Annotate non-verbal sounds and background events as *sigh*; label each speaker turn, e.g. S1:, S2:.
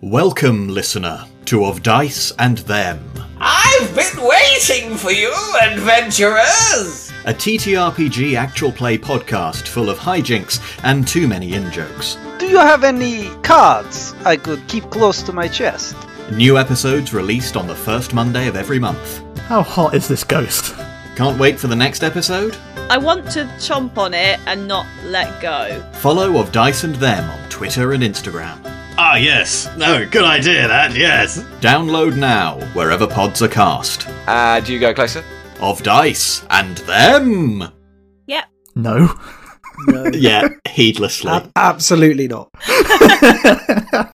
S1: Welcome, listener, to Of Dice and Them,
S2: I've been waiting for you, adventurers!
S1: a TTRPG actual play podcast full of hijinks and too many in jokes.
S3: Do you have any cards I could keep close to my chest?
S1: New episodes released on the first Monday of every month.
S4: How hot is this ghost?
S1: Can't wait for the next episode?
S5: I want to chomp on it and not let go.
S1: Follow Of Dice and Them on Twitter and Instagram.
S6: Ah, yes. No, good idea, that, yes.
S1: Download now wherever pods are cast.
S7: Uh, do you go closer?
S1: Of Dice and
S4: *laughs*
S1: Them!
S5: Yep.
S4: No.
S1: Yeah, heedlessly.
S8: Absolutely not.